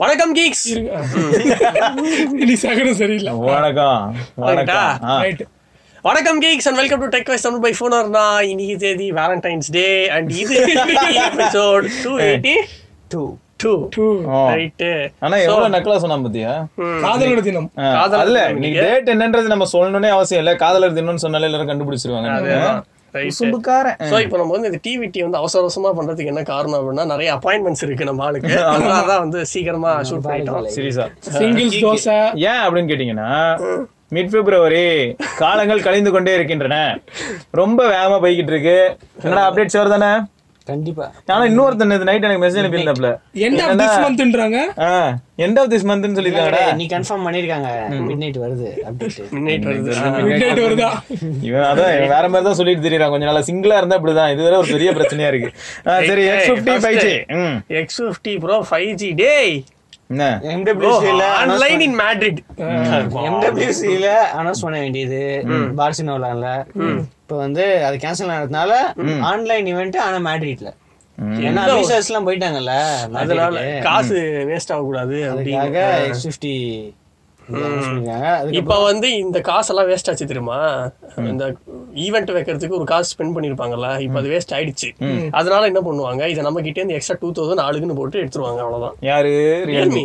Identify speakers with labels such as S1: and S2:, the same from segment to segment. S1: வணக்கம் கீக்ஸ்
S2: நீ சகனம் சரியில்லை
S3: வணக்கம்
S1: ரைட்டா?
S3: வணக்கம் ஆ.
S2: ரைட்
S1: வணக்கம் geeks and welcome to tech wise Tamil by ஃபோனர்னா இன்னைக்கு தேதி வேலண்டைன்ஸ் டே அண்ட் இது episode two eighty
S3: Eh, Two.
S1: Two
S2: two
S3: ஆ.
S1: ரைட்டு
S3: ஆனா எவ்வளவு நக்கலா சொன்னா பாத்தியா
S2: காதலோட தினம்
S3: ஆ,
S1: காதலர்
S3: அல்ல
S1: தினம்
S3: நீ
S1: இன்னைக்கு.
S3: டேட் என்னன்றது நம்ம சொல்லணும்னே அவசியம் இல்ல காதலர் தினம்னு சொன்னாலே எல்லாரும் கண்டுபிடிச்சிருவாங்க சும்புக்காரன்
S1: ஸோ இப்போ நம்ம வந்து இந்த டிவிடி வந்து அவசர அவசரமா பண்றதுக்கு என்ன காரணம் அப்படின்னா நிறைய அப்பாயின்மெண்ட்ஸ் இருக்கு நம்ம ஆளுக்கு அதனால தான் வந்து சீக்கிரமா ஷூட் பண்ணிட்டோம்
S3: சீரியஸா
S2: சிங்கிள்ஸ் தோசை
S3: ஏன் அப்படின்னு கேட்டீங்கன்னா மிட் பிப்ரவரி காலங்கள் கழிந்து கொண்டே இருக்கின்றன ரொம்ப வேகமா போய்கிட்டு இருக்கு என்னடா அப்டேட்ஸ் வருதானே
S4: கண்டிப்பா
S3: ஆனா இன்னொருத்தன் இது நைட் எனக்கு மெசேஜ் அனுப்பியிருந்தாப்ல
S2: எண்ட் ஆஃப் திஸ் மந்த்ன்றாங்க
S3: எண்ட் ஆஃப் திஸ் மந்த்னு சொல்லியிருக்காங்கடா
S4: நீ கன்ஃபார்ம் பண்ணிருக்காங்க மிட் நைட் வருது அப்டேட்
S1: மின்னைட் வருது ஆ.
S2: மிட்நைட் வருதா
S3: இவன் அதான் இவன் வேற மாதிரி தான் சொல்லிட்டு தெரியறான் கொஞ்ச நாளா சிங்கிளா இருந்தா இப்படிதான் இதுவரை ஒரு பெரிய பிரச்சனையா இருக்கு ஆ, சரி எக்ஸ் ஃபிஃப்டி ஃபைவ் ஜி ம்
S1: X fifty pro five G டேய்
S3: என்ன
S1: ஆன்லைன் இன் மேட்ரிட்
S4: MWC ல அனௌன்ஸ் பண்ண வேண்டியது பார்சினோலான்ல இப்போ வந்து அது கேன்சல் ஆனதுனால ஆன்லைன் இவெண்ட் ஆனா மேட்ரிட்ல ஏன்னா விசஸ் எல்லாம் போயிட்டாங்கல்ல
S1: அதனால
S4: அதனால
S1: காசு வேஸ்ட் ஆகக்கூடாது
S4: அதுக்காக
S1: அப்படிங்க
S4: எக்ஸ் ஃபிஃப்டி அதுக்கு
S1: இப்போ வந்து இந்த காசெல்லாம் வேஸ்ட் ஆச்சு தெரியுமா இந்த ஈவெண்ட் வைக்கிறதுக்கு ஒரு காசு ஸ்பெண்ட் பண்ணிருப்பாங்கல்ல இப்போ அது வேஸ்ட் ஆயிடுச்சு அதனால என்ன பண்ணுவாங்க இதை நம்ம கிட்டே இருந்து எக்ஸ்ட்ரா டூ தௌசண்ட் ஆளுக்குன்னு போட்டு எடுத்துருவாங்க அவ்வளவுதான்
S3: யாரு
S1: ரியல்மி
S3: ரியல்மி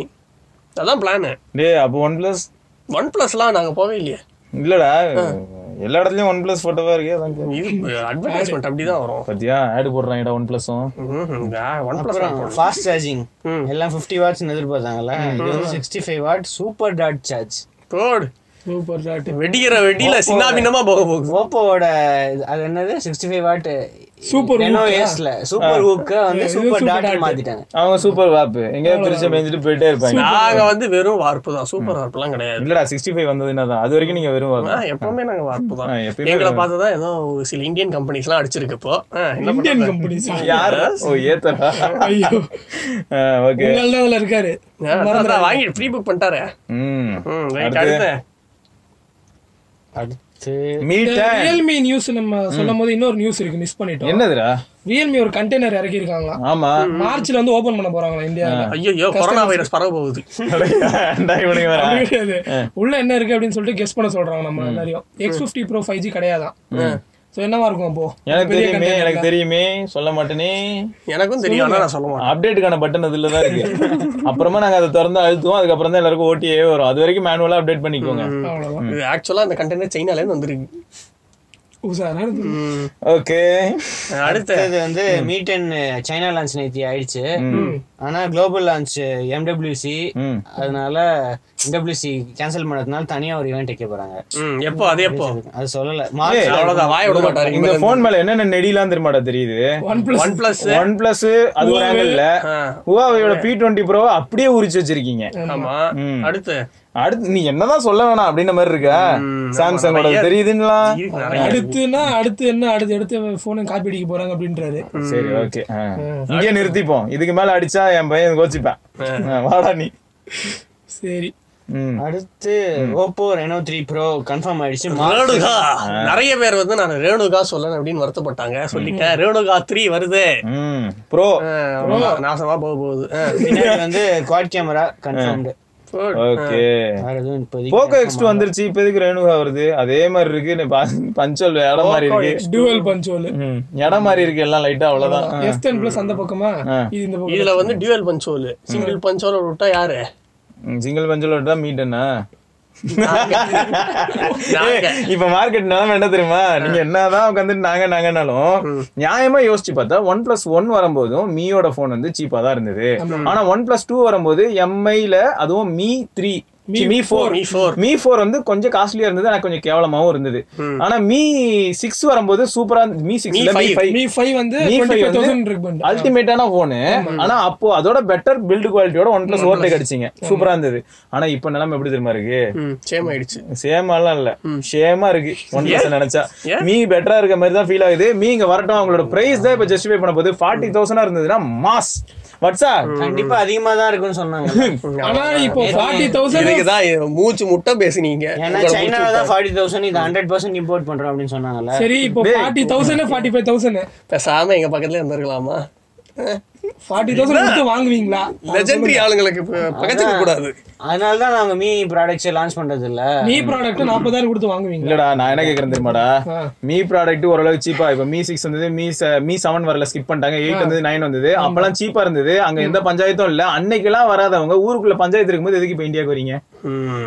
S1: அதான் பிளானு
S3: டேய் அப்போ ஒன் பிளஸ்
S1: ஒன் பிளஸ்லாம் நாங்க போவே இல்லையே
S3: இல்லடா எல்லா இடத்துலயும் ஒன் பிளஸ் போட்டோவா இருக்கு அதான் கேட்டேன்.
S1: இது அட்வர்டைஸ்மெண்ட் அப்படிதான் வரும்
S3: பாத்தியா ஆடு போடுறாங்கடா ஒன் பிளஸும்
S1: ஒன்
S4: அப்புறம்
S1: பிளஸ்
S4: ஃபாஸ்ட் சார்ஜிங் எல்லாம் ஃபிஃப்டி வாட்ஸ் எதிர்பார்த்தாங்கல்ல இது வந்து சிக்ஸ்டி ஃபைவ் வாட் சூப்பர் டாட் சார்ஜ்
S1: கோட்
S2: சூப்பர் டாட்
S1: வெடிக்கிற வெடியில சின்னாபின்னமா போக போகுது
S4: ஓப்போவோட இது- அது என்னது sixty five watt
S2: Super
S4: Reno
S2: hook-ஆ?
S4: எஸ்ல சூப்பர் ஹூக்க வந்து சூப்பர்
S2: super
S4: டாட்
S2: dot.
S4: மாத்திட்டாங்க
S3: அவங்க சூப்பர் வாப்பு எங்கேயாவது பிரிச்சு மேய்ஞ்சிட்டு போயிட்டே இருப்பாங்க
S1: நாங்க வந்து வெறும் வார்ப்பு தான் சூப்பர் வார்ப்புலாம் கிடையாது
S3: இல்லடா சிக்ஸ்டி ஃபைவ் வந்தது என்னதான் அது வரைக்கும் நீங்க வெறும் வாப்பு.
S1: ஆ, எப்பவுமே நாங்க வார்ப்பு தான்
S3: ஆ, எப்பயுமே
S1: எங்களை பார்த்து தான் ஏதோ ஒரு சில இந்தியன் கம்பெனிஸ் எல்லாம் அடிச்சிருக்கு இப்போ ஆ, என்ன
S2: இந்தியன் கம்பெனிஸ்
S3: யாரு ஓ ஏத்தடா
S2: ஐயோ
S3: ஓகே
S2: உங்களால தான் அதுல இருக்காரு
S1: பண்ணுறது வாங்கி ப்ரீ புக் பண்ணிட்டாரு
S3: ம்
S1: ம் ரைட் அடுத்து
S4: அடுத்து
S3: மீட்டர்
S2: ரியல்மி நியூஸ் நம்ம சொல்லும் போது இன்னொரு நியூஸ் இருக்கு மிஸ் பண்ணிட்டோம்
S3: என்னதுடா
S2: ரியல்மி ஒரு கண்டெய்னர் இறக்கி இருக்காங்களாம்
S3: ஆமா
S2: மார்ச்ல வந்து ஓபன் பண்ண போறாங்களா இந்தியாவில
S1: ஐயோ கொரோனா வைரஸ் பரவ போகுது
S3: ஏன்டா இவனுங்க வேற?
S2: அப்படி கிடையாது உள்ள என்ன இருக்கு அப்படின்னு சொல்லிட்டு கெஸ் பண்ண சொல்றாங்க நம்ம எல்லாரையும் X fifty pro five G கிடையாதான் சோ என்னவா இருக்கும் அப்போ
S3: எனக்கு தெரியுமே எனக்கு தெரியுமே சொல்ல மாட்டேனே
S1: எனக்கும் தெரியும் ஆனா நான் சொல்ல மாட்டேன்
S3: அப்டேட்டுக்கான பட்டன் அதுல தான் இருக்கு அப்புறமா நாங்க அதை திறந்து அழுத்துவோம் அதுக்கப்புறம் தான் எல்லாருக்கும் ஓட்டியே வரும் அது வரைக்கும் மேனுவலா அப்டேட் பண்ணிக்கோங்க
S2: அவ்வளவுதான்
S1: இது ஆக்சுவலா அந்த கண்டெய்னர் சைனால இருந்து வந்திருக்கு
S2: உசாரா இருந்து
S3: ஓகே
S1: அடுத்து
S4: இது வந்து மீட் அண்ட் சைனா லான்ச் நேத்தி ஆயிடுச்சு ஆனா குளோபல் லான்ச் எம்டபிள்யூசி
S3: ம்.
S4: அதனால எம்டபிள்யூசி கேன்சல் பண்ணதுனால தனியா ஒரு ஈவெண்ட் வைக்க போறாங்க
S1: ம், எப்போ அது எப்போ
S4: அது சொல்லல மார்ச்
S1: அவ்வளவுதான் வாய விட மாட்டாரு
S3: இந்த போன் மேல என்னென்ன நெடிலாம் தெரியுமாடா தெரியுது
S2: one plus
S1: one plus
S3: one plus அது ஒரு ஆங்கிள் ஹுவாவையோட பி டுவெண்ட்டி ப்ரோ அப்படியே உரிச்சு வச்சிருக்கீங்க
S1: ஆமா
S3: ம்.
S1: அடுத்து
S3: அடுத்து நீ என்னதான் சொல்ல வேணாம் அப்படின்ற மாதிரி இருக்கா
S1: ம்,
S3: சாம்சங்கோட
S1: நிறைய-
S3: தெரியுதுங்களா
S1: இருக்கு நிறைய.
S2: அடுத்துன்னா அடுத்து என்ன அடுத்து எடுத்து போனை காப்பி அடிக்க போறாங்க அப்படின்றாரு
S3: சரி ஓகே இங்கே நிறுத்திப்போம் இதுக்கு மேல அடிச்சா என் பையன் கோச்சிப்பேன் ஆ, வாடா நீ
S2: சரி
S3: ம்
S4: அடுத்து Oppo Reno three pro confirm ஆயிடுச்சு மார்ச்
S1: ரேணுகா நிறைய பேர் வந்து நான் ரேணுகா சொல்லணும் அப்படின்னு வருத்தப்பட்டாங்க சொல்லிட்டேன் ரேணுகா த்ரீ வருது
S3: ம் ப்ரோ
S1: ஆ, ஆமா, நாசமா போக போகுது ஆ,
S4: பின்னாடி வந்து quad camera confirmed
S1: good.
S3: Okay
S4: வேற எதுவும் இப்போதைக்கு
S3: போக்கோ எக்ஸ் டூ வந்துருச்சு இப்ப எதுக்கு ரேணுகா வருது அதே மாதிரி இருக்கு நீ பா- பஞ்சல் இடம் மாதிரி இருக்கு
S2: டுவல் பஞ்சோல்
S3: ம், இடம் மாதிரி இருக்கு எல்லாம் லைட்டா அவ்வளவுதான்
S2: எஸ் டென் பிளஸ் அந்த பக்கமா இது இந்த பக்கம்
S1: இதுல வந்து டியூவல் பஞ்சோல் சிங்கிள் பஞ்சோல் விட்டா யாரு
S3: சிங்கிள் பஞ்சலோட தான் மீட் என்ன
S1: நாங்க.
S3: இப்ப மார்க்கெட் நிலைமை என்ன தெரியுமா நீங்க என்னதான் உட்காந்துட்டு நாங்க நாங்கனாலும் நியாயமா யோசிச்சு பார்த்தா ஒன் பிளஸ் ஒன் வரும்போதும் மீயோட போன் வந்து சீப்பா தான் இருந்தது ஆனா ஒன் பிளஸ் டூ வரும்போது எம்ஐல அதுவும் Mi three Mi four
S1: Mi four.
S3: Mi four வந்து கொஞ்சம் காஸ்ட்லியா இருந்தது எனக்கு கொஞ்சம் கேவலமாவும் இருந்தது ஆனா மீ சிக்ஸ் வரும்போது சூப்பரா மீ சிக்ஸ்ல
S1: Mi
S3: Mi
S1: five.
S3: Five
S2: Mi five வந்து
S3: Mi
S2: டுவெண்ட்டி
S3: five
S2: ஃபைவ்
S3: வந்து-
S2: தௌசண்ட் இருக்கு பண்ணு.
S3: அல்டிமேட்டான போனு ஆனா அப்போ அதோட பெட்டர் பில்டு குவாலிட்டியோட ஒன் பிளஸ் ஓவர்டேக் அடிச்சிங்க சூப்பரா இருந்தது ஆனா இப்ப நிலைமை எப்படி தெரியுமா இருக்கு
S1: ம், சேம் ஆயிடுச்சு
S3: சேமாலாம் இல்ல சேமா இருக்கு ஒன் பிளஸ் நினைச்சா
S1: ஏன்?
S3: மீ பெட்டரா இருக்க மாதிரி தான் ஃபீல் ஆகுது மீ இங்க வரட்டும் அவங்களோட பிரைஸ் தான் இப்ப ஜஸ்டிஃபை பண்ண போது ஃபார்ட்டி தௌசண்டா இருந்ததுன்னா மாஸ் வாட்ஸா
S4: கண்டிப்பா அதிகமா தான் இருக்கும்னு சொன்னாங்க
S2: ஆனா இப்போ ஃபார்ட்டி தௌசண்ட்
S1: இதுக்குதான் இது மூச்சு முட்டை பேசுனீங்க
S4: ஏன்னா சைனால தான் ஃபார்ட்டி தௌசண்ட் இது ஹண்ட்ரட் பர்சன்ட் இம்போர்ட் பண்றோம் அப்படின்னு சொன்னாங்கல்ல
S2: சரி இப்போ forty thousand forty five thousand
S1: பேசாம எங்க பக்கத்துல இருந்திருக்கலாமா
S2: ஃபார்ட்டி தௌசண்ட் கொடுத்து வாங்குவீங்களா
S1: லெஜெண்டரி ஆளுங்களுக்கு ப- பகச்சிக்க கூடாது
S4: அதனால தான் நாங்க மீ ப்ராடக்ட்ஸ் லான்ச் பண்றது இல்ல
S2: நீ ப்ராடக்ட் நாற்பதாயிரம் கொடுத்து வாங்குவீங்களா
S3: இல்லடா நான் என்ன கேக்குறேன் தெரியுமாடா மீ ப்ராடக்ட் ஓரளவு சீப்பா இப்ப மீ சிக்ஸ் வந்தது மீ se- மீ செவன் வரல ஸ்கிப் பண்ணிட்டாங்க எயிட் வந்தது நைன் வந்தது அப்பெல்லாம் சீப்பா இருந்தது அங்க எந்த பஞ்சாயத்தும் இல்ல அன்னைக்கெல்லாம் வராதவங்க ஊருக்குள்ள பஞ்சாயத்து இருக்கும்போது எதுக்கு இப்ப இந்தியாவுக்கு வரீங்க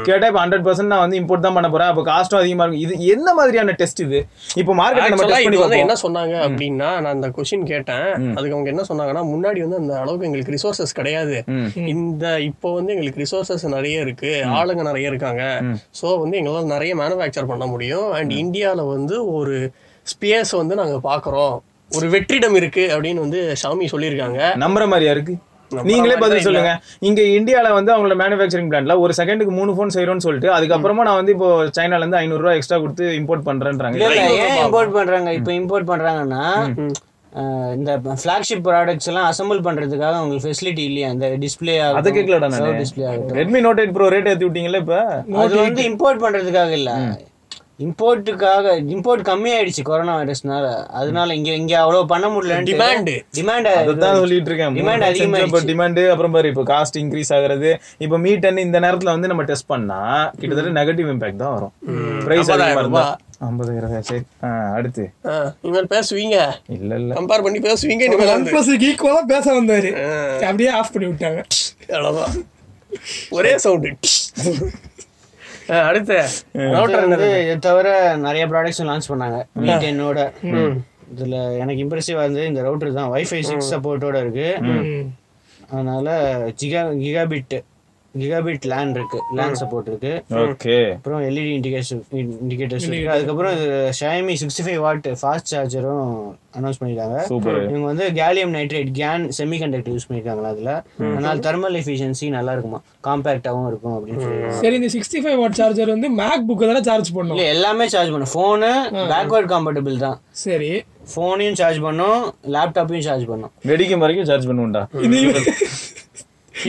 S3: கேட்டா இப்ப ஹண்ட்ரட் பர்சன்ட் நான் வந்து இம்போர்ட் தான் பண்ண போறேன் அப்ப காஸ்டும் அதிகமா இருக்கும் இது என்ன மாதிரியான டெஸ்ட் இது இப்போ மார்க்கெட் நம்ம
S1: Actually,
S3: டெஸ்ட்
S1: இது வந்து
S3: பண்ணி பார்ப்போம்
S1: என்ன சொன்னாங்க அப்படின்னா நான் அந்த கொஸ்டின் கேட்டேன் அதுக்கு அவங்க என்ன சொன்னாங்கன்னா முன்னாடி வந்து அந்த அளவுக்கு எங்களுக்கு ரிசோர்சஸ் கிடையாது இந்த இப்போ வந்து எங்களுக்கு ரிசோர்சஸ் நிறைய இருக்கு ஆளுங்க நிறைய இருக்காங்க சோ வந்து எங்களால நிறைய மேனுஃபேக்சர் பண்ண முடியும் அண்ட் இந்தியால வந்து ஒரு ஸ்பேஸ் வந்து நாங்க பாக்குறோம் ஒரு வெற்றிடம் இருக்கு அப்படின்னு வந்து ஷாமி சொல்லியிருக்காங்க
S3: நம்புற மாதிரியா இருக்கு
S1: நம்புற
S3: நீங்களே
S1: மாதிரி
S3: பதில்
S1: தான்
S3: சொல்லுங்க இங்க இந்தியால வந்து அவங்களோட மேனுஃபேக்சரிங் பிளான்ல ஒரு செகண்டுக்கு மூணு ஃபோன் செய்யறோம்னு சொல்லிட்டு அதுக்கப்புறமா நான் வந்து இப்போ சைனால இருந்து ஐநூறு ரூபாய் எக்ஸ்ட்ரா கொடுத்து இம்போர்ட் பண்றேன்றாங்க
S4: இல்ல இல்ல ஏன் இம்போர்ட் பண்றாங்க இப்போ இம்போர்ட் பண்றாங்கன்னா அஹ், இந்த ஃபிளாக்ஷிப் ப்ராடக்ட்ஸ் எல்லாம் அசம்பிள் பண்றதுக்காக உங்களுக்கு ஃபெசிலிட்டி இல்லையா இந்த டிஸ்ப்ளே
S3: அதை கேட்கலடா நான்
S4: டிஸ்ப்ளே ஆகும்
S3: Redmi Note eight pro rate ஏத்தி விட்டீங்கல்ல இப்ப
S4: அது வந்து இம்போர்ட் பண்றதுக்காக இல்ல இம்போர்ட்டுக்காக இம்போர்ட் கம்மியாயிடுச்சு கொரோனா வைரஸ்னால அதனால இங்க இங்க அவ்வளவு பண்ண முடியல
S1: Demand.
S4: டிமாண்ட்
S3: அதான் சொல்லிட்டு இருக்கேன்
S4: Demand அதிகமாயிடுச்சு.
S3: இப்போ டிமாண்ட் அப்புறம் பாரு இப்போ காஸ்ட் இன்க்ரீஸ் ஆகுறது இப்போ மீ டன் இந்த நேரத்துல வந்து நம்ம டெஸ்ட் பண்ணா கிட்டத்தட்ட நெகட்டிவ் இம்பாக்ட் தான் வரும் பிரைஸ் அதிகமா இருந்தா ஐம்பதாயிரம் ரூபாய் சரி ஆ, அடுத்து
S1: ஆ, இனிமேல் பேசுவீங்க
S3: இல்ல இல்ல
S1: கம்பேர் பண்ணி பேசுவீங்க இனிமேல்
S2: ஒன்
S1: வந்து.
S2: பிளஸ்க்கு ஈக்குவலாக பேச வந்தாரு அப்படியே ஆஃப் பண்ணி விட்டாங்க
S1: அவ்வளவுதான் ஒரே சவுண்டு அடுத்த router
S4: வந்து இது தவிர நிறைய ப்ராடக்ட்ஸ் லான்ச் பண்ணாங்க மீ டென்னோட இதுல எனக்கு இம்ப்ரெசிவா இருந்தது இந்த ரவுட்டர் தான் வைஃபை சிக்ஸ் சப்போர்ட்டோட இருக்கு அதனால ஜிகா கிகாபிட் கிகாபிட் லேன் இருக்கு லேன் சப்போர்ட் இருக்கு
S3: ஓகே
S4: அப்புறம் E எல்இடி இண்டிகேஷன் இண்டிகேட்டர்ஸ் இருக்கு அதுக்கப்புறம் இது Xiaomi sixty five watt fast சார்ஜரும் அனௌன்ஸ் பண்ணிட்டாங்க
S3: Super.
S4: இவங்க வந்து gallium nitrate GaN semiconductor use பண்ணிருக்காங்களா அதுல அதனால தெர்மல் எஃபிஷியன்சி நல்லா இருக்குமா காம்பேக்டாவும் இருக்கும் அப்படின்னு சொல்லி
S2: சரி இந்த சிக்ஸ்டி ஃபைவ் வாட் சார்ஜர் வந்து மேக் புக்கு தானே சார்ஜ்
S4: இல்ல
S2: பண்ணும்
S4: எல்லாமே சார்ஜ் பண்ணும் ஃபோனு பேக்வர்ட் காம்பேட்டபிள் தான்
S2: சரி
S4: ஃபோனையும் சார்ஜ் பண்ணும் லேப்டாப்பையும் சார்ஜ் பண்ணும்
S3: வெடிக்கும் வரைக்கும் சார்ஜ் பண்ணுவோம்டா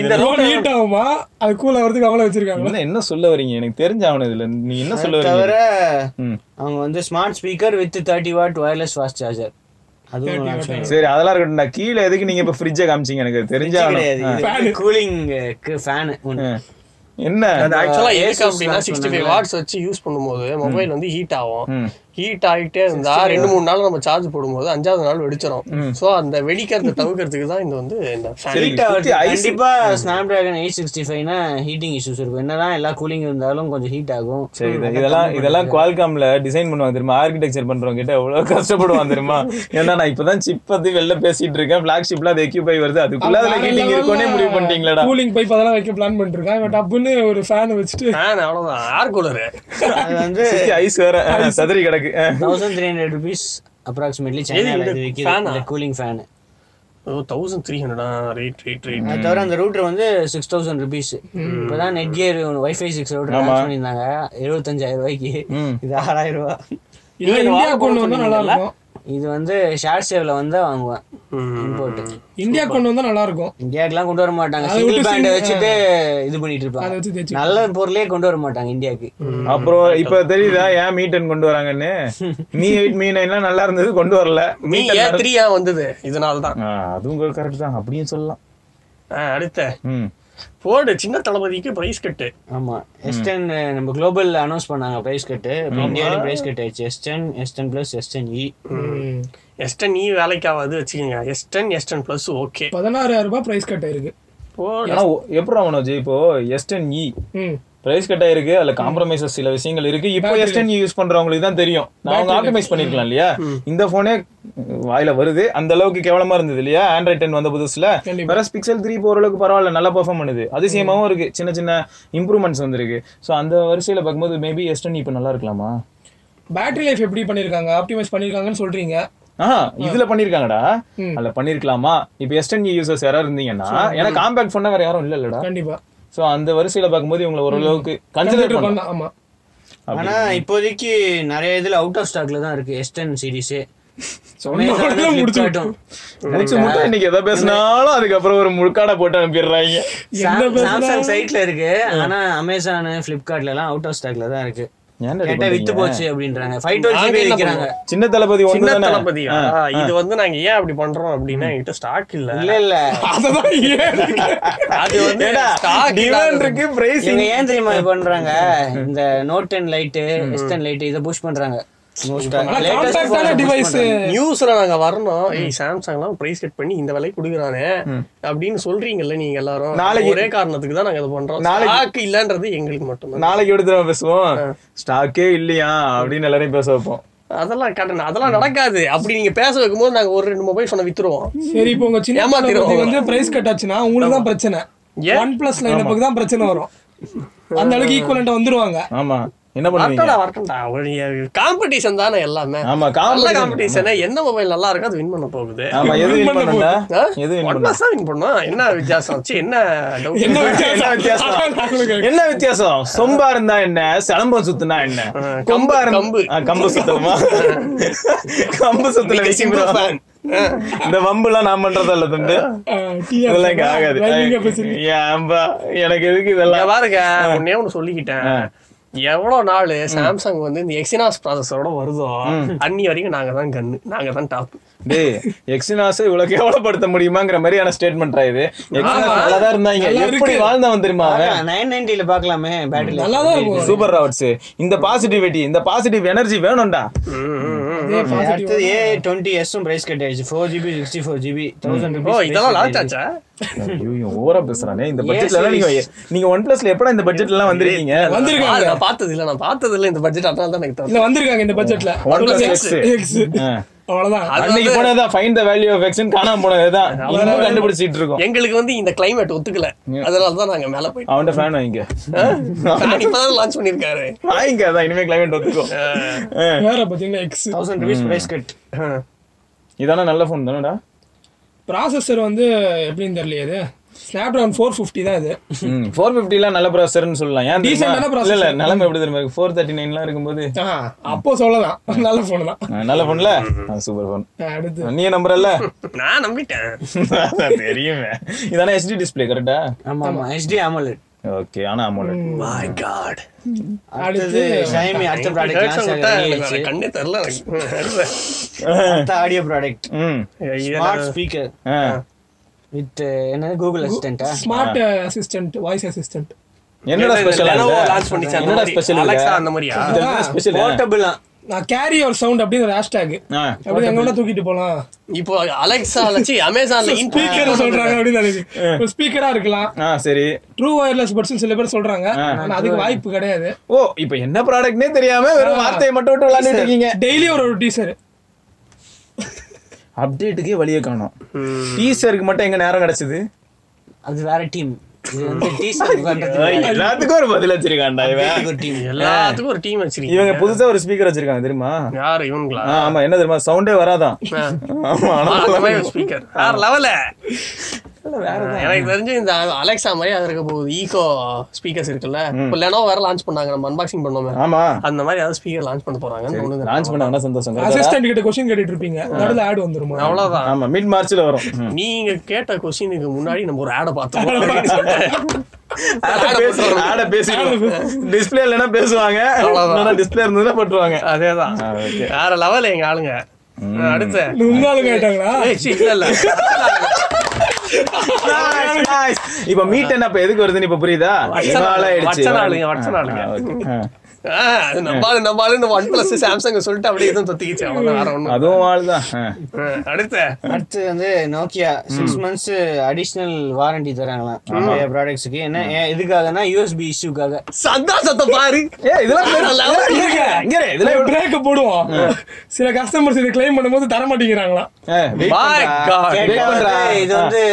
S1: இந்த
S2: ஃபோன் ஹீட் ஆகுமா அது கூல் ஆகிறதுக்கு அவங்கள வச்சிருக்காங்களா
S3: என்ன என்ன சொல்ல வரீங்க எனக்கு தெரிஞ்ச அவன இதுல நீ என்ன சொல்ல
S4: அது
S3: வரீங்க
S4: தவிர
S3: ம்.
S4: அவங்க வந்து smart speaker with thirty watt wireless fast charger அதுவும் launch பண்ணிருக்காங்க.
S3: சரி அதெல்லாம் இருக்கட்டும்டா கீழே எதுக்கு நீங்க இப்ப ஃப்ரிட்ஜை காமிச்சீங்க எனக்கு தெரிஞ்ச
S4: இது
S3: ஆவணும்.
S4: கிடையாது இது கூலிங்க்கு ஃபேன்
S3: ஆ. என்ன
S1: அது ஆக்சுவலா எதுக்கு
S4: Asus
S1: அப்படின்னா
S4: launch
S1: சிக்ஸ்டி ஃபைவ் வாட்ஸ் வச்சு யூஸ் பண்ணும்போது மொபைல் வந்து ஹீட் ஆகும்
S3: ம்.
S1: ஹீட் ஆகிட்டே இருந்தா ரெண்டு மூணு நாள் நம்ம சார்ஜ் போடும்போது அஞ்சாவது நாள் வெடிச்சிரும் சோ அந்த வெடிக்கிறத தவிர்க்கிறதுக்கு தான் இது வந்து இந்த fan.
S3: சரி, சுத்தி ice-
S4: கண்டிப்பா ஸ்னாப் டிராகன் எயிட் சிக்ஸ்டி ஃபைவ்னா ஹீட்டிங் இஷ்யூஸ் இருக்கும் என்னதான் எல்லா கூலிங் இருந்தாலும் கொஞ்சம் ஹீட் ஆகும்
S3: சரி இது- இதெல்லாம் இதெல்லாம் குவால்காம்ல டிசைன் பண்ணுவாங்க தெரியுமா ஆர்கிடெக்சர் பண்றவங்க கிட்ட எவ்வளவு கஷ்டப்படுவான் தெரியுமா ஏன்னா நான் இப்பதான் சிப் வந்து வெளில பேசிட்டு இருக்கேன் பிளாக்ஷிப்ல அது எக்யூபை வருது அதுக்குள்ள அதுல ஹீட்டிங் இருக்கும்னே முடிவு பண்ணிட்டீங்களா
S2: கூலிங் பைப் அதெல்லாம் வைக்க பிளான் பண்ணிருக்கான் இவன் டப்புன்னு ஒரு ஃபேன் வச்சுட்டு
S1: Fan அவ்வளவுதான் ஏர் கூலரு
S4: அது வந்து
S3: ஐஸ் வேற ஆ, சதறி கிடக்கு ஆ.
S4: Thousand three hundred rupees approximately
S1: இது
S4: சைனால இது
S1: fan ஆ?
S4: விற்கிது கூலிங் ஃபேனு
S1: ஓ தௌசண்ட் த்ரீ ஹண்ட்ரடா ரேட் ரேட் ரேட்
S4: அது தவிர அந்த ரூட்டர் வந்து சிக்ஸ் தௌசண்ட் ருபீஸ் இப்பதான் Netgear WiFi six router
S3: ஆமா.
S4: பண்ணியிருந்தாங்க எழுபத்தஞ்சாயிரம் ரூபாய்க்கு இது ஆறாயிரம் ரூபா
S2: இல்லை இந்தியா கொண்டு வந்தா நல்லா இருக்கும்
S4: இது வந்து ஷேர் சேவ்ல வந்து வாங்குவேன் இம்போர்ட்
S2: இந்தியா கொண்டு வந்தா நல்லா இருக்கும்
S4: இந்தியாக்குலாம் கொண்டு வர மாட்டாங்க
S2: அதை
S4: சிங்கிள்
S2: விட்டு
S4: பேண்டை
S2: single-
S4: வச்சுட்டு இது பண்ணிட்டு
S2: அதை வச்சு
S4: இருப்பாங்க
S2: தேய்ச்சு
S4: நல்ல பொருளே கொண்டு வர மாட்டாங்க இந்தியாக்கு
S3: அப்புறம் இப்ப தெரியுதா ஏன் மீட்டன் கொண்டு வராங்கன்னு மீ எயிட் மீ நைன்லாம் நல்லா இருந்தது கொண்டு வரல
S1: மீ
S3: மீட்டன்
S1: ஏ த்ரீயா வந்தது இதனால தான்
S3: ஆ, அதுவும் கரெக்ட் தான் அப்படியும் சொல்லலாம்
S1: அடுத்த
S3: ம்
S1: போர்டு சின்ன தளபதிக்கு பிரைஸ் கட்டு
S4: ஆமா எஸ்டன் நம்ம குளோபல் அனௌன்ஸ் பண்ணாங்க பிரைஸ் கட்டு இந்தியாவிலும் பிரைஸ் கட் ஆயிடுச்சு எஸ்டன் எஸ்டன் பிளஸ் எஸ்டன் இ
S1: எஸ்டன் இ வேலைக்காவது E வச்சுக்கோங்க எஸ்டன் எஸ்டன் பிளஸ் ஓகே
S2: பதினாறாயிரம் ரூபாய் பிரைஸ் கட் இருக்கு
S1: போர்டு
S3: ஆனா ஒ- எப்படி அவனோஜி இப்போ E. எஸ்டன் இ
S2: ம்
S3: பிரைஸ் கட் ஆயிருக்கு அதுல காம்ப்ரமைசஸ் சில விஷயங்கள் இருக்கு இப்போ எஸ்டன் யூஸ் பண்றவங்களுக்கு தான் தெரியும் அவங்க ஆப்டிமைஸ் பண்ணிருக்கலாம் இல்லையா இந்த போனே வாயில வருது அந்த அளவுக்கு கேவலமா இருந்தது இல்லையா ஆண்ட்ராய்ட் டென் வந்த புதுசுல
S2: கண்டிப்பா.
S3: வேற பிக்சல் த்ரீ போற அளவுக்கு பரவாயில்ல நல்லா பெர்ஃபார்ம் பண்ணுது அதிசயமாவும் இருக்கு சின்ன சின்ன இம்ப்ரூவ்மெண்ட்ஸ் வந்திருக்கு சோ அந்த வரிசையில பார்க்கும்போது மேபி எஸ்டன் இப்ப E நல்லா இருக்கலாமா
S2: பேட்டரி லைஃப் எப்படி பண்ணிருக்காங்க ஆப்டிமைஸ் பண்ணிருக்காங்கன்னு சொல்றீங்க
S3: ஆஹ் இதுல பண்ணிருக்காங்கடா அதுல பண்ணிருக்கலாமா இப்ப எஸ்டன் யூசர்ஸ் யாராவது இருந்தீங்கன்னா ஏன்னா காம்பேக்ட் பண்ண வேற யாரும் இல்ல இல்லடா
S2: கண்டிப்பா
S3: சோ அந்த வரிசையில பார்க்கும்போது இவங்களை ஓரளவுக்கு கன்சிடர்
S2: கன்சிடர்
S3: பண்ணலாம்
S2: பண்ணலாம் ஆமா
S4: ஆனா இப்போதைக்கு நிறைய இதுல அவுட் ஆஃப் ஸ்டாக்ல தான் இருக்கு எஸ்டன் சீரிஸே
S2: உடனே முடிச்சு
S3: முடிச்சு மட்டும் இன்னைக்கு எதை பேசினாலும் அதுக்கப்புறம் ஒரு முழுக்காடை போட்டு அனுப்பிடுறாங்க
S4: சாம்சங் சைட்ல இருக்கு ஆனா அமேசான் பிளிப்கார்ட்ல எல்லாம் அவுட் ஆஃப் ஸ்டாக்ல தான் இருக்கு
S3: ஏன்டா இப்படி
S4: கேட்டா வித்து
S3: பண்றீங்க?
S4: போச்சு அப்படின்றாங்க ஃபைவ் டுவெல் ஜிபி விற்கிறாங்க
S3: சின்ன தளபதி ஒன்று
S1: சின்ன
S3: தானே
S1: தளபதியா இது வந்து நாங்க ஏன் அப்படி பண்றோம் அப்படின்னா என்கிட்ட ஸ்டாக் இல்ல
S4: இல்ல இல்ல
S2: அததான் ஏன்
S1: அது வந்து
S3: ஏடா,
S1: stock
S3: demand
S1: இல்லாத-
S3: இருக்கு பிரைஸ்
S4: இவங்க ஏன் தெரியுமா இது பண்றாங்க இந்த Note ten lite S ten lite இதை புஷ் பண்றாங்க
S2: கான்டாக்டான டிவைஸ்
S1: நியூஸ்ல நாங்க வரணும் ஏய் சாம்சங் எல்லாம் பிரைஸ் கட் பண்ணி இந்த விலை குடுக்குறானே அப்படின்னு சொல்றீங்கல்ல நீங்க எல்லாரும்
S3: நாளைக்கு-
S1: ஒரே காரணத்துக்கு தான் நாங்க இதை பண்றோம்
S3: நாளைக்கு-
S1: ஸ்டாக் இல்லன்றது எங்களுக்கு மட்டும்தான்
S3: நாளைக்கு எடுத்து நம்ம பேசுவோம் ஸ்டாக்கே இல்லையா அப்படின்னு எல்லாரையும் பேச வைப்போம்
S1: அதெல்லாம் கடன் அதெல்லாம் நடக்காது அப்படி நீங்க பேச வைக்கும்போது நாங்க ஒரு ரெண்டு மொபைல் சொன்ன வித்துருவோம்
S2: சரி இப்போ உங்க சின்ன
S1: ஏமாத்திடுவோம்.
S2: தளபதி வந்து பிரைஸ் கட் ஆச்சுன்னா உங்களுக்கு தான் பிரச்சனை
S1: ஏன்?
S2: ஒன் பிளஸ் லைனப்புக்கு தான் பிரச்சனை வரும் அந்த அளவுக்கு ஈக்குவலண்டா வந்துருவாங்க
S3: ஆமா என்ன பண்ணுவீங்க
S1: வரட்டடா வரட்டடா காம்படிஷன் தானே எல்லாமே
S3: ஆமா,
S1: நல்ல
S3: competition.
S1: காம்படிஷன் என்ன மொபைல் நல்லா இருக்கு அது வின் பண்ண போகுது
S3: ஆமா எது வின்
S2: பண்ண
S3: பண்ணா
S1: ஆ?
S3: எது வின்
S1: One
S3: பண்ணா
S1: plus தான் win பண்ணோம். என்ன வித்தியாசம் வச்சு என்ன doubt?
S2: என்ன
S3: என்ன வித்தியாசம்?
S2: வித்தியாசம்
S3: என்ன வித்தியாசம் சொம்பா இருந்தா என்ன சிலம்பம் சுத்துனா என்ன
S1: கம்பு,
S3: கொம்பா இருந்தா-
S1: கம்பு.
S3: ஆ, கம்பு சுத்தமா கம்பு சுத்துல
S1: Big
S3: விஷயம்
S1: simple fan.
S3: இந்த வம்பு எல்லாம் நான் பண்றது இல்ல தம்பி இதெல்லாம் இங்க ஆகாது
S2: ஆகாது
S3: ஏன்பா எனக்கு எதுக்கு
S1: இங்க
S3: இதெல்லாம்
S1: பாருங்க ஒன்னே ஒண்ணு சொல்லிக்கிட்டேன்
S3: ஆ.
S1: எவ்வளவு நாள் சாம்சங் வந்து இந்த எக்ஸினாஸ் ப்ராசஸரோட வருதோ அன்னி வரைக்கும் நாங்க தான் கண்ணு நாங்க தான் டாப்
S3: டேய் எக்ஸினாஸை இவ்வளவு கேவலப்படுத்த முடியுமாங்கிற மாதிரியான ஸ்டேட்மெண்ட் இது எக்ஸினாஸ் நல்லா தான் இருந்தாங்க
S2: நல்லா
S3: எப்படி
S2: இருக்கு.
S3: வாழ்ந்தவன் தெரியுமா அவன்
S4: நைன் நைன்டில பாக்கலாமே பேட்டரி
S2: நல்லா தான் இருக்கும்
S3: சூப்பர் ராவட்ஸ் இந்த பாசிட்டிவிட்டி இந்த பாசிட்டிவ் எனர்ஜி வேணும்டா
S2: அதே positive.
S4: அடுத்தது ஏ டுவெண்ட்டி எஸ்ஸும் பிரைஸ் கட் ஆயிடுச்சு four GB sixty four GB thousand
S1: ஓ இதெல்லாம் லான்ச்
S4: ருபீஸ்
S1: ஆச்சா
S3: ஐயோ ஓவரா பேசுறானே இந்த பட்ஜெட்ல
S4: series.
S3: எல்லாம் நீங்க நீங்க ஒன் பிளஸ்ல எப்படா இந்த பட்ஜெட்ல எல்லாம் வந்திருக்கீங்க
S2: வந்திருக்காங்க
S1: நான் பார்த்தது இல்ல நான் பார்த்தது இல்ல இந்த பட்ஜெட் அதனால தான் எனக்கு
S2: இல்ல வந்திருக்காங்க இந்த பட்ஜெட்ல
S3: One plus
S2: X.
S3: X.
S2: X.
S3: ஆ.
S2: அவ்வளவுதான்
S1: அது
S3: அன்னைக்கு
S1: வந்து-
S3: போனதா ஃபைன் த வேல்யூ ஆஃப் எக்ஸ்னு காணாம போனதுதான் இன்னும் கண்டுபிடிச்சிட்டு இருக்கோம்
S1: எங்களுக்கு வந்து இந்த கிளைமேட் ஒத்துக்கல அதனால தான் நாங்க மேல போயிட்டோம்
S3: அவன்கிட்ட ஃபேன் வாங்கிக்க
S1: நான் இப்பதான் லான்ச் பண்ணிருக்காரு
S3: வாங்கிக்க அதான் இனிமே கிளைமேட் ஒத்துக்கும் ஆ.
S2: வேற பாத்தீங்கன்னா X
S4: thousand rupees price cut
S3: இதானே நல்ல ஃபோன் தானடா
S2: ப்ராசஸர் வந்து எப்படின்னு தெரியலையே இது ஸ்னாப் டிராகன் ஃபோர் ஃபிஃப்டி தான் இது
S3: ஃபோர் ஃபிஃப்டிலாம் நல்ல ப்ராசர்னு சொல்லலாம் ஏன் தெரியுமா?
S2: Decent ஆன
S3: இல்ல
S2: processor.
S3: இல்ல நிலைமை எப்படி தெரியுமா இருக்கு ஃபோர் தேர்ட்டி நைன்லாம் இருக்கும்போது
S2: ஆ, அப்போ சொல்லலாம் நல்ல ஃபோன் தான்
S3: ஆ, நல்ல ஃபோன்ல சூப்பர் ஃபோன்
S2: ஆ, அடுத்து
S3: நீ நம்புறல்ல
S1: நான் நம்பிட்டேன்
S3: அதான் தெரியுமே இதானே ஹெச்டி டிஸ்பிளே கரெக்டா
S4: ஆமா ஆமா ஹெச்டி ஆமலட்
S3: ஓகே ஆனா அமௌண்ட்
S1: மை காட்
S4: அடுத்தது ஷைமி அடுத்த ப்ராடக்ட் லான்ச் ஆயிடுச்சு
S1: கண்ணே தெரியல எனக்கு.
S4: அடுத்த ஆடியோ ப்ராடக்ட்
S3: ம்
S4: ஸ்மார்ட் ஸ்பீக்கர்
S3: ஆ
S4: வித் uh, என்னது கூகுள் அசிஸ்டன்ட்டா
S2: ஸ்மார்ட் அசிஸ்டன்ட் வாய்ஸ் அசிஸ்டன்ட்
S3: என்னடா ஸ்பெஷல்
S1: Lenovo launch பண்ணிச்சு அந்த
S3: என்னடா
S1: மாதிரி.
S3: ஸ்பெஷல்
S1: Alexa அந்த மாதிரியா?
S3: ஸ்பெஷல்
S4: போர்ட்டபிள் தான்
S2: நான் கேரி ஒரு சவுண்ட் அப்படின்னு ஒரு ஹேஷ்டேக்
S3: ஆ
S2: அப்படி எங்க வேணா தூக்கிட்டு போலாம்
S1: இப்போ அலெக்ஸா வச்சு அமேசான்ல
S2: ஸ்பீக்கர் சொல்றாங்க அப்படின்னு நினைச்சு ஸ்பீக்கரா இருக்கலாம்
S3: ஆ சரி
S2: ட்ரூ ஒயர்லெஸ் பட்ஸ் சில பேர் சொல்றாங்க
S3: ஆ.
S2: ஆனா அதுக்கு வாய்ப்பு கிடையாது
S3: ஓ இப்போ என்ன ப்ராடக்ட்னே தெரியாம வெறும் வார்த்தையை மட்டும் விட்டு விளையாண்டுட்டு இருக்கீங்க
S2: டெய்லி ஒரு ஒரு டீசர்
S3: அப்டேட்டுக்கே வழியே காணோம் டீசருக்கு மட்டும் எங்க நேரம் கிடைச்சது
S4: அது வேற டீம் இது வந்து டீசர்
S3: எல்லாத்துக்கும் ஒரு பதில் வச்சிருக்காண்டா இவன்
S4: ஒரு டீம்
S1: எல்லாத்துக்கும் ஒரு டீம் வச்சிருக்கீங்க
S3: இவங்க புதுசா ஒரு ஸ்பீக்கர் வச்சிருக்காங்க தெரியுமா
S1: யாரு இவனுங்களா
S3: ஆ, ஆமா என்ன தெரியுமா சவுண்டே வராதான் ஆமா ஆனா
S1: ஸ்பீக்கர் வேற லெவல
S3: வேற
S1: எனக்கு தெரிஞ்சு இந்த அலெக்ஸா மாதிரி அது இருக்க போகுது ஈகோ ஸ்பீக்கர்ஸ் இருக்குல்ல இப்போ லெனோ வேற லான்ச் பண்ணாங்க நம்ம அன்பாக்சிங் பண்ணோமே
S3: ஆமா
S1: அந்த மாதிரி ஏதாவது ஸ்பீக்கர் லான்ச் பண்ண போறாங்கன்னு தோணுது
S3: லான்ச் பண்ணாங்கன்னா சந்தோஷம் correct ஆ?
S2: அசிஸ்டன்ட் கிட்ட கொஸ்டின் கேட்டுட்டு இருப்பீங்க நடுவில் ஆட் வந்துருமா
S1: அவ்வளவுதான்
S3: ஆமா மிட் மார்ச்ல வரும் ம்.
S1: நீங்க கேட்ட கொஸ்டினுக்கு முன்னாடி நம்ம ஒரு ஆடை பார்த்தோம் அப்படின்னு சொல்லிட்டு
S3: ஆட
S1: ad அ
S3: பேசி-
S1: போட்டுறோம்.
S3: ஆட பேசிடுவோம். display இல்லைன்னா பேசுவாங்க
S1: அவ்வளவுதான்.
S3: இல்லைன்னா display இருந்ததுன்னா போட்டுருவாங்க
S1: அதேதான்
S3: ஆ, okay.
S1: வேற லெவல் எங்க ஆளுங்க அடுத்து
S2: உங்களாலும் கேட்டாங்களா
S1: ஏய், சி, இல்ல இல்ல
S3: Nice, nice. இப்ப meet என்ன இப்ப எதுக்கு வருதுன்னு இப்ப புரியுதா
S1: வச்ச
S3: இவ்வளவு
S1: நாளு,
S3: ஆயிடுச்சு.
S1: வச்ச நாளுங்க, வச்ச
S3: ஆ,
S1: நாளுங்க.
S3: ஆ, okay. ஆ.
S1: ஆ, அது நம்பாலு நம்பாலுன்னு ஒன் பிளஸ் சாம்சங் சொல்லிட்டு அப்படியே எதுவும் தொத்திக்கிச்சு அவ்வளவுதான் வேற ஒண்ணும்
S3: அதுவும் ஆளுதான் ஆ.
S1: ஆ, அடுத்த
S4: அடுத்து வந்து Nokia six months additional warranty தராங்களாம் நிறைய ப்ராடக்ட்ஸுக்கு என்ன ஏன் இதுக்காகனா யூஎஸ்பி இஷ்யூக்காக
S1: சந்தோஷத்தை பாரு
S3: ஏ இதெல்லாம்
S1: வேற level
S3: இதெல்லாம் இருக்கு. இங்க இரு, இதெல்லாம் இரு.
S2: பிரேக்க போடுவோம் சில கஸ்டமர்ஸ் இதை கிளைம் பண்ணும்போது தர மாட்டேங்கிறாங்களா
S3: ஏ, wait
S1: My
S3: பண்றா.
S1: God.
S3: Wait பண்றா.
S4: இது வந்து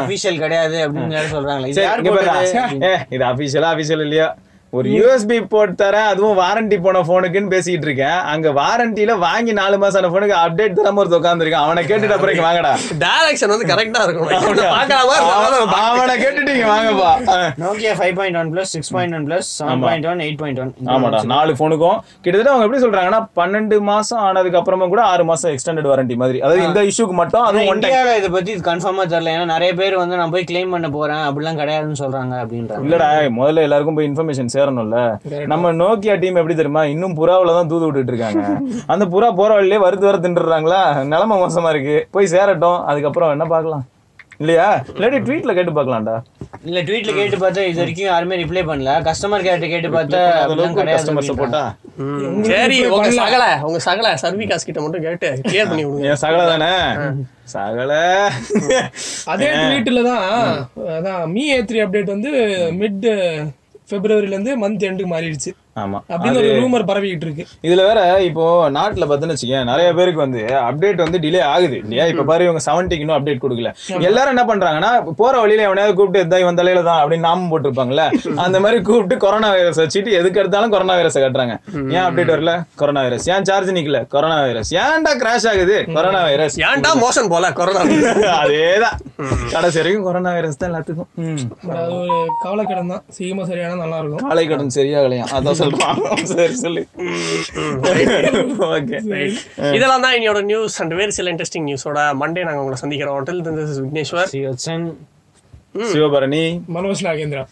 S4: அபிஷியல் கிடையாது அப்படின்னு யாரும் சொல்றாங்களா இது
S3: சரி,
S4: யார்
S3: இங்க பாருடா.
S4: போட்டது?
S3: ஏ, இது அபிஷியலா அபிஷியல் இல்லையா ஒரு யூஎஸ்பி போட்டு தரேன் அதுவும் வாரண்டி போன போனுக்குன்னு பேசிட்டு இருக்கேன் அங்க வாரண்டில வாங்கி நாலு மாசம் ஆன போனுக்கு அப்டேட் தராம ஒரு உட்காந்துருக்கான் அவனை கேட்டுட்டு அப்புறம் இங்க வாங்கடா
S1: டைரக்ஷன் வந்து கரெக்டா இருக்கணும் இவனை பார்க்காம இருந்தாலும் நம்ம
S3: அவ- அவனை கேட்டுட்டு இங்க வாங்கப்பா ஆ.
S4: Nokia five point one plus six point one plus seven point one eight point one
S3: ஆமாடா நாலு ஃபோனுக்கும் கிட்டத்தட்ட அவங்க எப்படி சொல்றாங்கன்னா பன்னெண்டு மாசம் ஆனதுக்கு அப்புறமா கூட ஆறு மாசம் எக்ஸ்டெண்டட் வாரண்டி மாதிரி அதாவது இந்த இஷ்யூக்கு மட்டும் அதுவும் ஒன் டைம்
S4: இந்தியாவில இதை பத்தி கன்ஃபார்மா தெரியல ஏன்னா நிறைய பேர் வந்து நான் போய் கிளைம் பண்ண போறேன் அப்படிலாம் கிடையாதுன்னு சொல்றாங்க அப்படின்றாங்க
S3: இல்லடா முதல்ல எல்லாருக்கும் போய் இன்ஃபர்மேஷன் சேரணும்ல நம்ம நோக்கியா டீம் எப்படி தெரியுமா இன்னும் புறாவுல தான் தூது விட்டுட்டு இருக்காங்க அந்த புறா போற வழியிலே வருது வர தின்றுறாங்களா நிலைமை மோசமா இருக்கு போய் சேரட்டும் அதுக்கப்புறம் என்ன பார்க்கலாம் இல்லையா இல்லாட்டி ட்வீட்ல கேட்டு பார்க்கலாம்டா
S4: இல்ல ட்வீட்ல கேட்டு பார்த்தா இது வரைக்கும் யாருமே ரிப்ளை பண்ணல கஸ்டமர் கேர்ட்ட கேட்டு பார்த்தா
S3: அந்த
S4: அப்படிலாம்
S3: அளவுக்கு கஸ்டமர்
S4: கிடையாது
S3: சப்போர்ட்டா
S1: சரி உங்க சகல உங்க சகல சர்விகாஸ் கிட்ட மட்டும் கேட்டு கிளியர் பண்ணி விடுங்க
S3: ஏன் சகல தானே சகல
S2: அதே ட்வீட்ல தான் அதான் மீ ஏ த்ரீ அப்டேட் வந்து மிட் பிப்ரவரில இருந்து மந்த் எண்டுக்கு மாறிடுச்சு
S3: ஆமா
S2: அப்படின்னு ஒரு ரூமர் பரவிக்கிட்டு இருக்கு
S3: இதுல வேற இப்போ நாட்டுல பாத்துன்னு வச்சுக்கேன் நிறைய பேருக்கு வந்து அப்டேட் வந்து டிலே ஆகுது இல்லையா இப்ப பாரு இவங்க செவன்டிக்கு இன்னும் அப்டேட் கொடுக்கல எல்லாரும் என்ன பண்றாங்கன்னா போற வழியில எவனையாவது கூப்பிட்டு இதான் இவன் தலையில தான் அப்படின்னு நாமம் போட்டிருப்பாங்கல்ல அந்த மாதிரி கூப்பிட்டு கொரோனா வைரஸ் வச்சுட்டு எதுக்கு எடுத்தாலும் கொரோனா வைரஸை கட்டுறாங்க ஏன் அப்டேட் வரல கொரோனா வைரஸ் ஏன் சார்ஜ் நிக்கல கொரோனா வைரஸ் ஏன்டா கிராஷ் ஆகுது கொரோனா வைரஸ்
S1: ஏன்டா மோஷன் போல கொரோனா
S3: அதேதான் கடைசி வரைக்கும் கொரோனா வைரஸ் தான் எல்லாத்துக்கும் ம்.
S2: அது ஒரு கவலைக்கிடம் தான் சீக்கிரமா சரியானா நல்லா இருக்கும்
S3: காலை கடன் சரியாகலையா அதான் சொல்றான் சரி சொல்லு ஓகே
S1: இதெல்லாம் தான் என்னோட நியூஸ் அண்ட் வேறு சில இன்ட்ரெஸ்டிங் நியூஸோட மண்டே நாங்க உங்களை சந்திக்கிறோம் ஹோட்டல் விக்னேஸ்வர்
S4: சிவச்சன்
S3: சிவபரணி
S2: மனோஜ் நாகேந்திரா